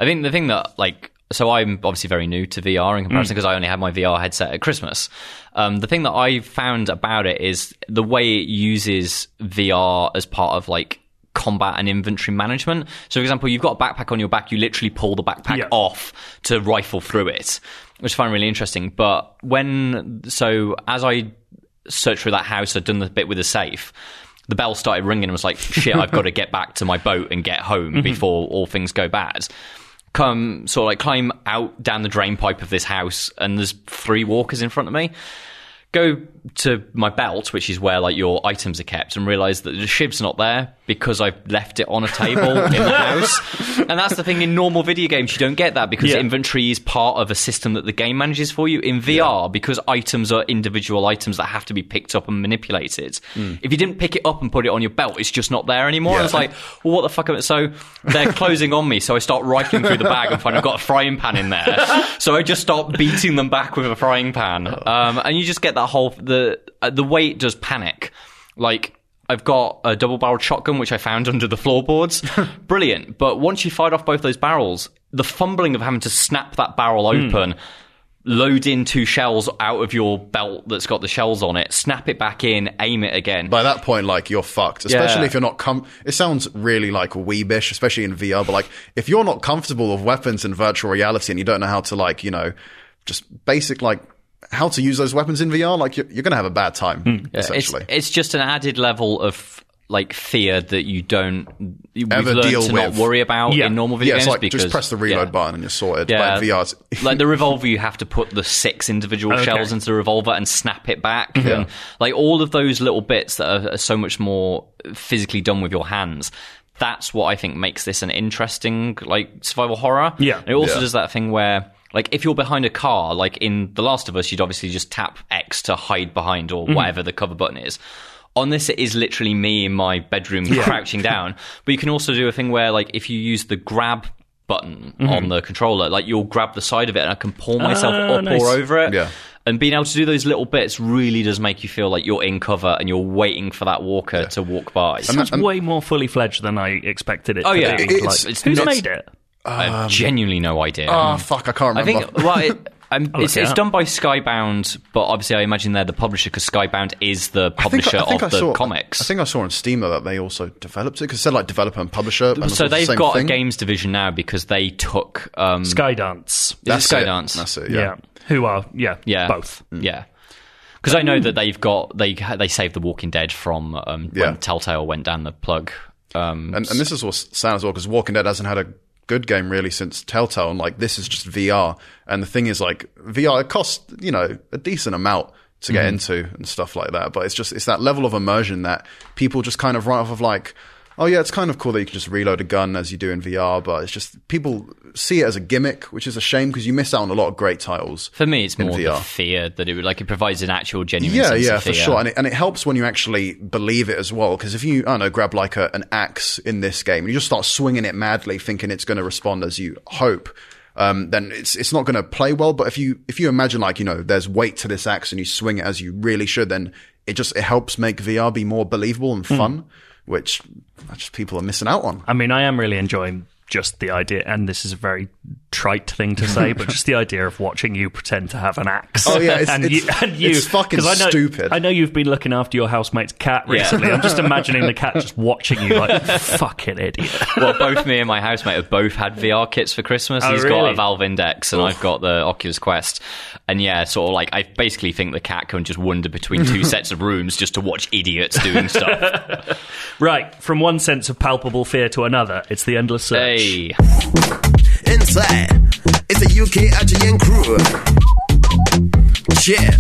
I think the thing that like, so I'm obviously very new to VR in
Mm.
comparison because I only had my VR headset at Christmas. Um, the thing that I found about it is the way it uses VR as part of like combat and inventory management. So, for example, you've got a backpack on your back, you literally pull the backpack
Yeah.
off. off to rifle through it, which I find really interesting. But when, so as I searched through that house, I'd done the bit with the safe. The bell started ringing and was like, shit, I've got to get back to my boat and get home before all things go bad. Come, sort of like climb out down the drain pipe of this house, and there's three walkers in front of me go to my belt, which is where like your items are kept, and realize that the shiv's not there because I've left it on a table in the house. And that's the thing in normal video games, you don't get that because
Yeah.
inventory is part of a system that the game manages for you. In VR, because items are individual items that have to be picked up and manipulated. If you didn't pick it up and put it on your belt, it's just not there anymore. And it's like, well, what the fuck? Am I-? So they're closing on me, so I start rifling through the bag and find I've got a frying pan in there. So I just start beating them back with a frying pan, um, and you just get that whole the uh, the way it does panic, like. I've got a double barreled shotgun which I found under the floorboards. Brilliant. But once you fired off both those barrels, the fumbling of having to snap that barrel open, load in two shells out of your belt that's got the shells on it, snap it back in, aim it again.
By that point, like you're fucked, especially
Yeah.
if you're not com. It sounds really like weebish, especially in VR. But like, if you're not comfortable with weapons in virtual reality and you don't know how to like, you know, just basic like how to use those weapons in VR, like you're, you're gonna have a bad time.
Hmm. It's-
Essentially,
It's, just an added level of like fear that you don't you, we've
Ever
learned
deal
to not
with.
worry about
Yeah.
in normal video
Yeah, it's
games
like
because
just press the reload
yeah.
button and you're sorted.
Yeah.
Like VR's
like the revolver, you have to put the six individual
Okay.
shells into the revolver and snap it back. And, like all of those little bits that are, are so much more physically done with your hands. That's what I think makes this an interesting like survival horror.
Yeah.
And it also
Yeah.
does that thing where like if you're behind a car, like in The Last of Us, you'd obviously just tap X to hide behind
Mm-hmm.
or whatever the cover button is. On this, it is literally me in my bedroom crouching down. But you can also do a thing where, like, if you use the grab button
Mm-hmm.
on the controller, like you'll grab the side of it, and I can pull myself
Ah,
up
nice.
or over it.
Yeah.
And being able to do those little bits really does make you feel like you're in cover and you're waiting for that walker to walk by.
That's way more fully fledged than I expected it
Oh,
to
yeah.
be.
It-
it's-
Like,
it's
who's
nuts.
made it?
I have genuinely no idea.
Um, Ah, fuck, I can't
Hmm. I
remember.
think well, it, I'm, it's,
it
it's
up.
done by Skybound, but obviously I imagine they're the publisher because Skybound is the
I think-
publisher
I think
of
I
the
saw-
comics.
I think I saw on Steam though that they also developed it because it said like developer and publisher. And it's
so
all the
they've
same
got
thing.
a games division now because they took um, is
Skydance.
it
That's it.
Skydance.
That's it. Mm.
Yeah.
Yeah.
Who are, yeah,
Yeah,
both.
Yeah, because I
Um,
know that they've got they they saved the Walking Dead from um,
Yeah. Uh,
when Telltale went down the plug. Um,
And, and this is what sad as well because Walking Dead hasn't had a good game really since Telltale, and like this is just VR. And the thing is, like VR, it costs you know a decent amount to get
Mm-hmm.
into and stuff like that. But it's just it's that level of immersion that people just kind of write off of like. Oh yeah, it's kind of cool that you can just reload a gun as you do in VR, but it's just people see it as a gimmick, which is a shame because you miss out on a lot of great titles.
for me, it's more the
VR.
fear that it would- like it provides an actual genuine
Yeah,
sense
yeah,
of
for
fear.
sure, and it, and it helps when you actually believe it as well. Because if you, I don't know, grab like a, an axe in this game and you just start swinging it madly, thinking it's going to respond as you hope, um, then it's it's not going to play well. But if you if you imagine like you know, there's weight to this axe and you swing it as you really should, then it just it helps make VR be more believable and fun, which just people are missing out on.
Hmm. I mean, I am really enjoying just the idea, and this is a very trite thing to say, but just the idea of watching you pretend to have an axe.
Oh, yeah, it's-
and
it's-
you, and you,
it's fucking
'cause I know,
stupid.
I know you've been looking after your housemate's cat recently. I'm just imagining the cat just watching you like fucking idiot.
well, both me and my housemate have both had VR kits for Christmas.
Oh,
He's got
really?
a Valve Index, and I've got the Oculus Quest. And yeah, sort of like I basically think the cat can just wander between two sets of rooms just to watch idiots doing stuff.
Right, from one sense of palpable fear to another, it's the endless search.
hey,
Inside, it's a UK IGN crew. Yeah,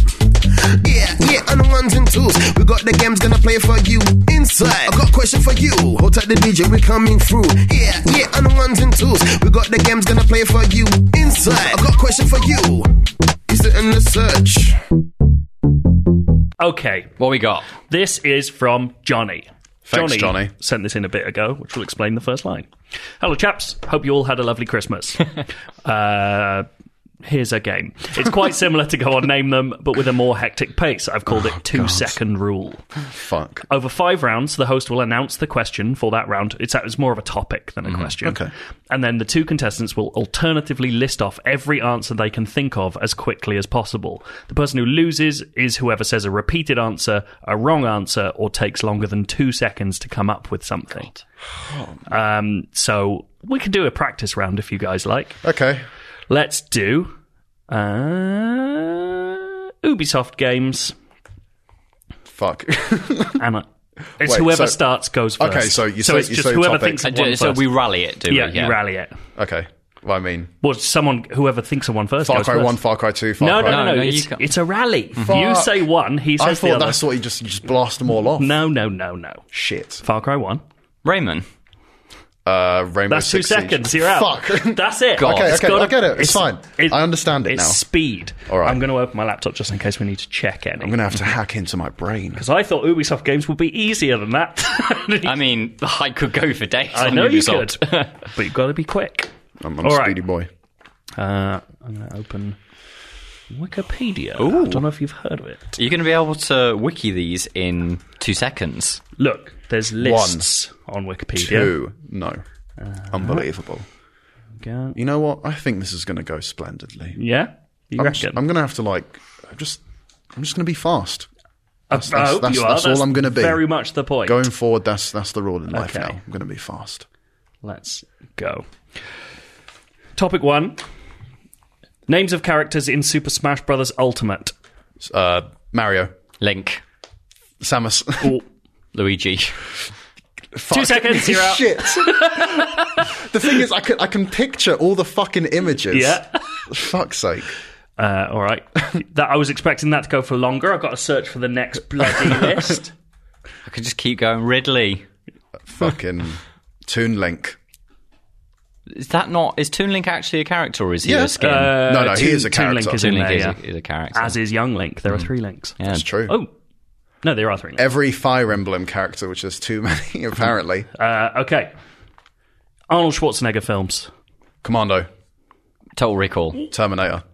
yeah, yeah, and the ones and twos. We got the games gonna play for you. Inside, I got a question for you. Hold tight, the DJ, we coming through. Yeah, yeah, and the ones and twos. We got the games gonna play for you. Inside, I got a question for you. Is it in the search?
Okay,
what we got?
This is from Johnny.
Thanks, Johnny.
Sent this in a bit ago, which will explain the first line. Hello, chaps. Hope you all had a lovely Christmas. uh, here's a game. It's quite similar to Go On Name Them, but with a more hectic pace. I've called
Oh,
it two Second Rule.
Fuck.
Over five rounds, the host will announce the question for that round. It's, it's more of a topic than a question.
Okay.
And then the two contestants will alternatively list off every answer they can think of as quickly as possible. The person who loses is whoever says a repeated answer, a wrong answer, or takes longer than two seconds to come up with something. um, so we can do a practice round if you guys like.
Okay.
Let's do uh, Ubisoft games.
Fuck.
And I- it's
Wait,
whoever
so-
starts goes first.
Okay, so you say-
it's
you
just
say
whoever
topic.
thinks
I
of
do-
one
so
first.
we rally it, do
yeah,
we?
you rally it.
okay. Well, I mean,
Well, someone whoever thinks of one first.
Far
goes
Cry
first.
One, Far Cry Two, Far
No,
Cry.
no, no, no,
No, no,
It's,
you can't.
it's a rally. You say one, he
I
says the
thought
other.
that's what you just you just blast them all off.
No, no, no, no.
Shit.
Far Cry one.
Raymond.
Uh, Rainbow
That's two
Six Siege.
seconds. You're out.
Fuck.
That's it.
God.
Okay,
It's
okay,
gotta-
I get it. It's fine. I understand it
it's
now.
speed.
All right.
I'm going to open my laptop just in case we need to check any.
I'm gonna have to hack into my brain.
So I thought Ubisoft games would be easier than that.
I mean, I could go for days.
I
on
know you could,
Ubisoft.
but you've got to be quick.
I'm, I'm
All
a
right.
speedy boy.
Uh, I'm going to open Wikipedia. I don't know if you've heard of it.
You're going to be able to wiki these in two seconds.
Look, there's lists on Wikipedia.
Two. No.
Uh,
Unbelievable.
Go-
You know what? I think this is gonna go splendidly.
Yeah, you
I'm, just-
reckon?
I'm gonna have to like I'm just I'm just gonna be fast.
Oh, that's,
that's- that's- that's all I'm gonna be.
Very much the point.
Going forward, that's that's the rule in life
Okay.
now. I'm gonna be fast.
Let's go. Topic one: names of characters in Super Smash Bros. Ultimate.
Uh, Mario,
Link,
Samus,
Oh,
Luigi,
Fuck.
seconds, you're out.
Shit. the thing is, I can I can picture all the fucking images.
Yeah.
Fuck's sake.
Uh, all right. that I was expecting that to go for longer. I've got to search for the next bloody list.
I can just keep going. Ridley.
Fucking Toon Link.
Is that not? Is Toon Link actually a character or is he
Yeah.
a skin?
Uh,
no, no, he
Toon-
is a
Toon Link
character.
is
Toon
in
Link
there,
is,
yeah.
a, is a character.
As is Young Link.
Mm.
There are three links.
Yeah.
It's true.
Oh. No, there are three links.
Every Fire Emblem character, which is too many apparently.
Uh, okay. Arnold Schwarzenegger films.
Commando,
Total Recall.
Terminator.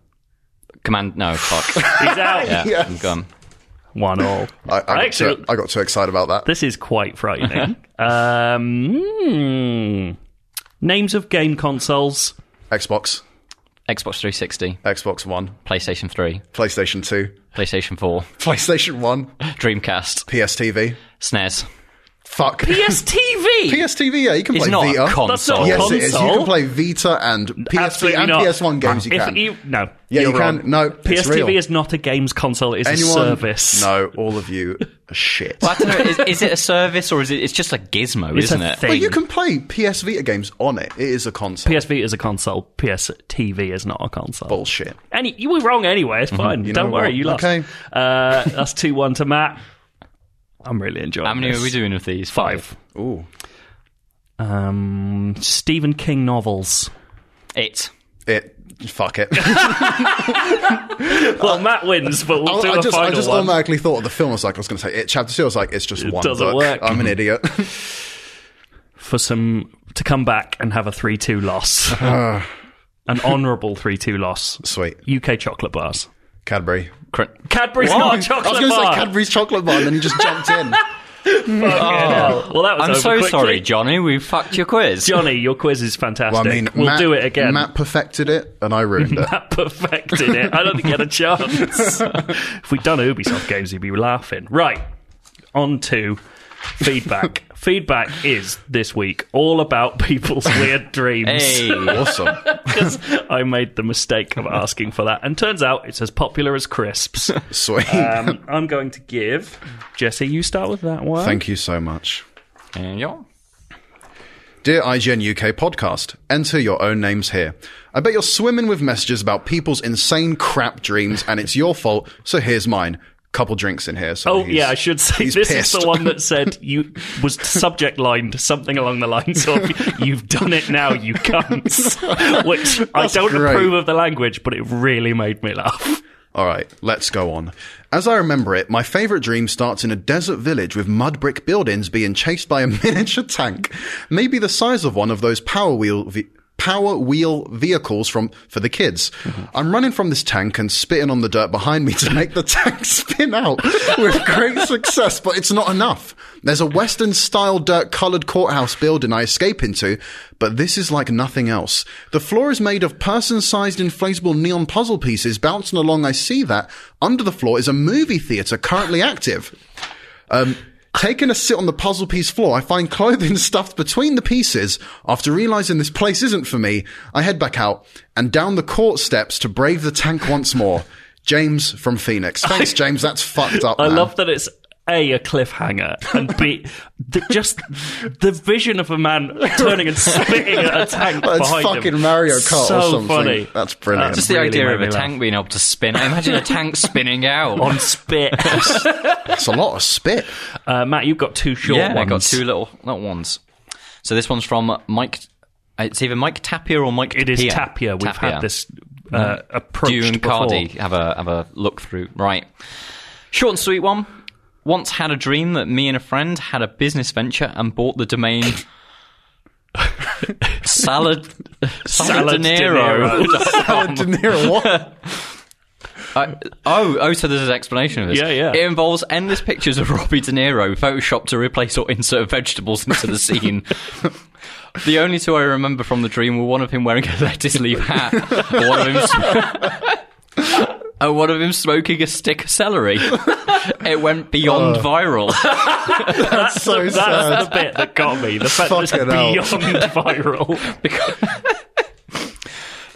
Command. No, fuck.
He's out.
Yeah,
Yes.
I'm gone.
One all.
I, I, got
actually-
too, I got too excited about that.
This is quite frightening. um, hmm. Names of game consoles.
Xbox,
Xbox 360,
Xbox One,
PlayStation 3,
PlayStation Two,
PlayStation 4,
PlayStation One,
Dreamcast, E
PSTV.
SNES.
Fuck.
PSTV.
PSTV. Yeah, you can
It's
play
not
Vita.
a console.
not a
Yes, it is. You
console.
can play Vita and PS3
Absolutely
and
not.
PS1 games. You
If
can.
you- no.
yeah, you
you're wrong.
can. No, it's
PSTV
real.
is not a games console. It is a
Anyone?
service.
No, all of you. are Shit.
Well, I don't know, is, is it a service or is it? It's just a gizmo,
It's
isn't
a
it?
thing.
But you can play PS Vita games on it. It is a console.
PS Vita is a console. PSTV is not a console.
Bullshit.
Any, you were wrong anyway. It's fine.
Mm-hmm. know
Don't worry.
what?
You lost.
Okay.
Uh, that's two one to Matt. I'm really enjoying.
How many
this.
are we doing of these?
Five.
Ooh.
Um, Stephen King novels.
It.
It. Fuck it.
Well, Matt wins, but we'll do
I,
a
just, I
final
just
one.
automatically thought of the film. I was like, I was going to say it. Chapter two. I was like, it's just one
doesn't
book.
work.
I'm an idiot.
For some to come back and have a three-two loss, an honourable three-two loss.
Uh. Sweet.
UK chocolate bars.
Cadbury.
Cr-
Cadbury's not a
I was
Oh, chocolate
going to
bar. Oh.
say Cadbury's chocolate bar, and then you just jumped in.
well, that was
I'm
over
so
quickly.
sorry, Johnny. We fucked your quiz.
Johnny. Your quiz is fantastic.
Well, I mean,
we'll
Matt,
do it again.
Matt perfected it, and I ruined it.
perfected it. I don't think he had a chance. if we'd done Ubisoft games, he'd be laughing. Right, on to feedback. feedback is this week all about people's weird dreams.
Hey.
awesome.
Because I made the mistake of asking for that, and turns out it's as popular as crisps.
Sweet.
Um, I'm going to give Jesse. You start with that one.
Thank you so much.
There you are.
Dear IGN UK podcast, enter your own names here. I bet you're swimming with messages about people's insane crap dreams, and it's your fault, so here's mine. Couple drinks in here. So
Oh
he's-
yeah, I should say
he's
this is
pissed.
the one that said you was subject lined something along the lines of "You've done it now, you cunts," which I don't
great.
approve of the language, but it really made me laugh.
All right, let's go on. As I remember it, my favorite dream starts in a desert village with mud brick buildings being chased by a miniature tank, maybe the size of one of those power wheel ve- power wheel vehicles from for the kids. I'm running from this tank and spitting on the dirt behind me to make the tank spin out with great success, but it's not enough. There's a western style dirt colored courthouse building I escape into, but this is like nothing else. The floor is made of person sized inflatable neon puzzle pieces bouncing along. I see that. Under the floor is a movie theater currently active. Um, taking a sit on the puzzle piece floor, I find clothing stuffed between the pieces. After realizing this place isn't for me, I head back out and down the court steps to brave the tank once more. James from Phoenix. Thanks, James. That's fucked up.
I
man.
love that it's a a cliffhanger and b the, just the vision of a man turning and spitting at a tank
It's
behind him.
fucking Mario Kart
so
or something.
funny.
That's brilliant.
Uh,
Just the
Really
idea
made
of
me
a
laugh.
tank being able to spin. I imagine a tank spinning out.
on spit.
That's a lot of spit.
Uh, Matt, you've got two short
yeah,
ones.
I got two little not ones. So this one's from Mike. It's either Mike Tapia or Mike.
It is
Tapia.
Tapia. We've
Tapia.
had this uh, approached
Do you and
before.
Cardi have a have a look through. Right, short and sweet one. Once had a dream that me and a friend had a business venture and bought the domain salad
Salad De Niro.
De Niro, what?
I, oh, oh, so there's an explanation of this.
Yeah, yeah.
It involves endless pictures of Robbie De Niro photoshopped to replace or insert vegetables into the scene. the only two I remember from the dream were one of him wearing a lettuce leaf hat, and one of him, sm- and one of him smoking a stick of celery. It went beyond viral.
That's so
That's
sad.
the bit that got me. The fact that it's
Fucking hell.
beyond viral.
Because-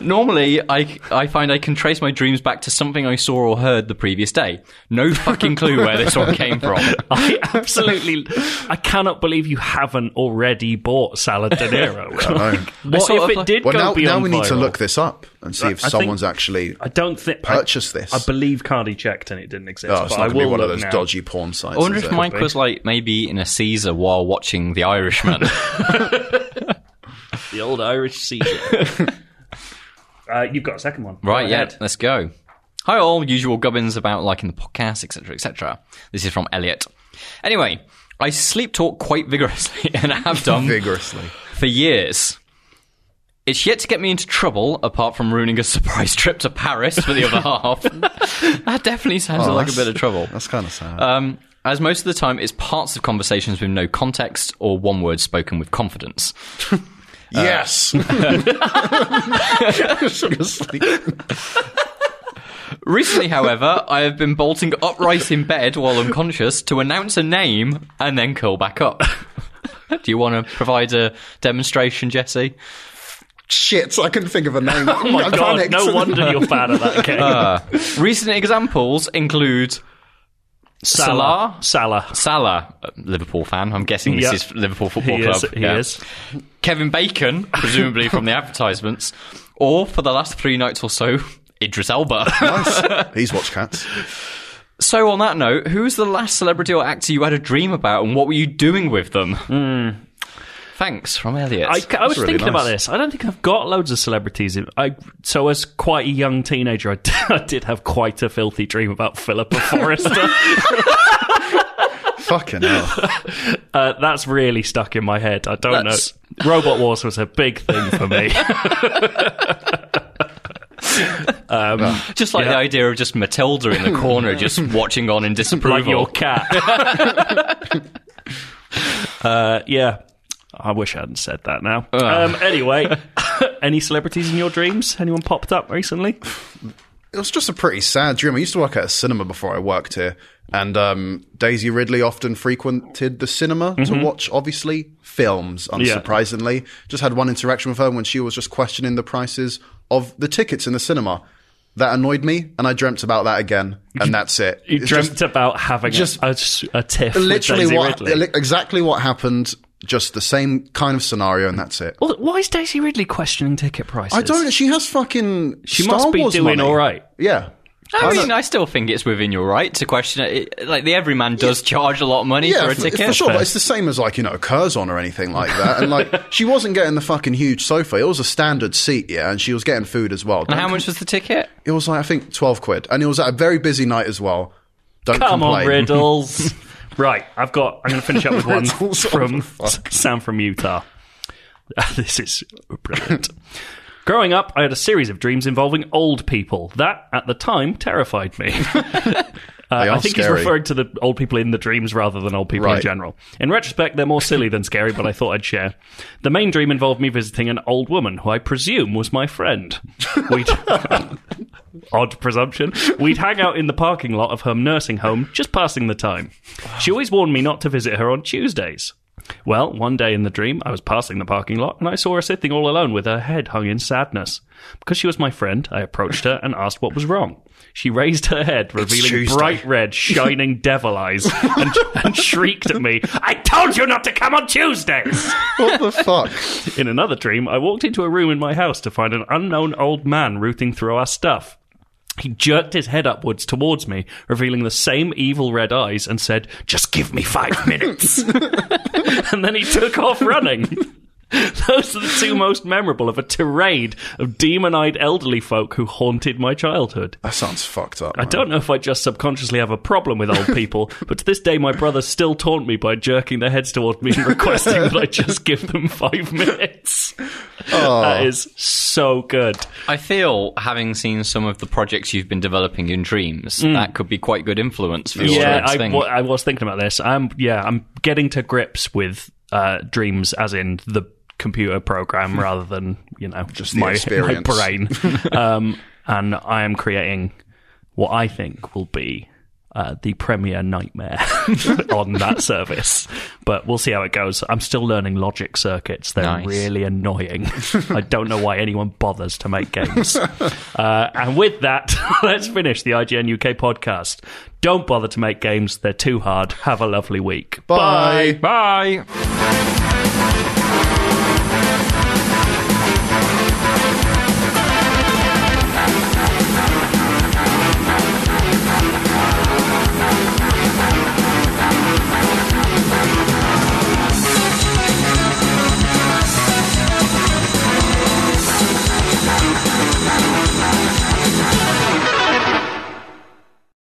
Normally, I, I find I can trace my dreams back to something I saw or heard the previous day. No fucking clue where this one came from.
I absolutely, I cannot believe you haven't already bought Salad De Niro. Like,
I
what
sort
if
of
it
like-
did
Well,
go
now, now
beyond
we need to
viral?
look this up and see if
I think-
someone's actually.
I don't think
Purchase
I,
this.
I believe Cardi checked and it didn't exist.
Oh, it's
but
not
I
going to be
will
one of
look
those
now.
dodgy porn sites.
I wonder
is
if
it?
Mike was like maybe in a Caesar while watching The Irishman.
The old Irish seizure. uh, you've got a second one,
Right,
Go
yeah,
ahead.
let's go. Hi all, usual gubbins about liking the podcast, etc., etc. This is from Elliot. Anyway, I sleep talk quite vigorously and have done
vigorously.
for years. It's yet to get me into trouble, apart from ruining a surprise trip to Paris for the other half. That definitely sounds
Oh,
like a
that's-
bit of trouble.
That's kind of
Uh,
sad.
Um, as most of the time, it's parts of conversations with no context or one word spoken with confidence.
yes.
Recently, however, I have been bolting upright in bed while unconscious to announce a name and then curl back up. Do you want to provide a demonstration, Jesse?
Shit, I couldn't think of a name.
Oh my god! No wonder you're bad at that game.
Uh, Recent examples include
Salah,
Salah?
Salah.
Salah, a Liverpool fan. I'm guessing this
Yeah.
is Liverpool Football
He
Club.
is. He
Yeah.
is.
Kevin Bacon, presumably from the advertisements, or for the last three nights or so, Idris Elba.
Nice. He's watched cats.
so, on that note, who's the last celebrity or actor you had a dream about, and what were you doing with them? Thanks from Elliot.
Hmm. I, I was
really
thinking about
nice.
this. I don't think I've got loads of celebrities. In, I so as quite a young teenager, I did, I did have quite a filthy dream about Philippa Forrester.
Fucking hell.
uh, that's really stuck in my head. I don't
That's-
know. Robot Wars was a big thing for me.
Just like the idea of just Matilda in the corner, just watching on in disapproval.
like your cat. uh, yeah. I wish I hadn't said that now. Um, anyway, any celebrities in your dreams? Anyone popped up recently?
It was just a pretty sad dream. I used to work at a cinema before I worked here, and um, Daisy Ridley often frequented the cinema
Mm-hmm.
to watch, obviously, films, unsurprisingly. Just had one interaction with her when she was just questioning the prices of the tickets in the cinema. That annoyed me, and I dreamt about that again, and that's it.
You
It's
dreamt
just-
about having
just-
a, a, a tiff.
literally
with Daisy
what
Ridley.
li- exactly what happened just the same kind of scenario and that's it
Well, why is Daisy Ridley questioning ticket prices?
i don't she has fucking
She
Star
must be
Wars
doing
money.
all right.
yeah
I mean,
don't-
I still think it's within your right to question it. it. Like the everyman does charge a lot of money
yeah,
for a
f-
ticket.
for sure. But it's the same as like you know Curzon or anything like that. And like she wasn't getting the fucking huge sofa; it was a standard seat, yeah. And she was getting food as well.
And how
Don't-
much was the ticket?
It was like I think twelve quid, and it was at a very busy night as well. Don't
Come
complain.
on, riddles. right, I've got. I'm going to finish up with one
Riddles, oh,
from
fuck.
Sam from Utah. this is brilliant. Growing up, I had a series of dreams involving old people. That, at the time, terrified me. Uh,
They are
I think he's
scary.
referring to the old people in the dreams rather than old people in
Right.
general. In retrospect, they're more silly than scary, but I thought I'd share. The main dream involved me visiting an old woman who I presume was my friend. We'd, odd presumption. We'd hang out in the parking lot of her nursing home, just passing the time. She always warned me not to visit her on Tuesdays. Well, one day in the dream, I was passing the parking lot and I saw her sitting all alone with her head hung in sadness. Because she was my friend, I approached her and asked what was wrong. She raised her head, revealing
Tuesday.
bright red, shining devil eyes, and, and shrieked at me, I told you not to come on Tuesdays!
What the fuck?
In another dream, I walked into a room in my house to find an unknown old man rooting through our stuff. He jerked his head upwards towards me, revealing the same evil red eyes, and said, Just give me five minutes. and then he took off running. Those are the two most memorable of a tirade of demon eyed elderly folk who haunted my childhood.
That sounds fucked up.
I don't know if I just subconsciously have a problem with old people, but to this day, my brothers still taunt me by jerking their heads toward me and requesting that I just give them five minutes. That is so good.
I feel, having seen some of the projects you've been developing in dreams, that could be quite good influence for your
yeah,
dreams
I,
thing.
wa- I was thinking about this. I'm yeah, I'm getting to grips with uh, dreams, as in the computer program, rather than you know just
the
my, my
experience.
brain. um, and I am creating what I think will be uh, the Premiere Nightmare on that service. But we'll see how it goes. I'm still learning logic circuits. They're
Nice.
really annoying. I don't know why anyone bothers to make games. uh, and with that, let's finish the IGN UK podcast. Don't bother to make games. They're too hard. Have a lovely week.
Bye.
Bye.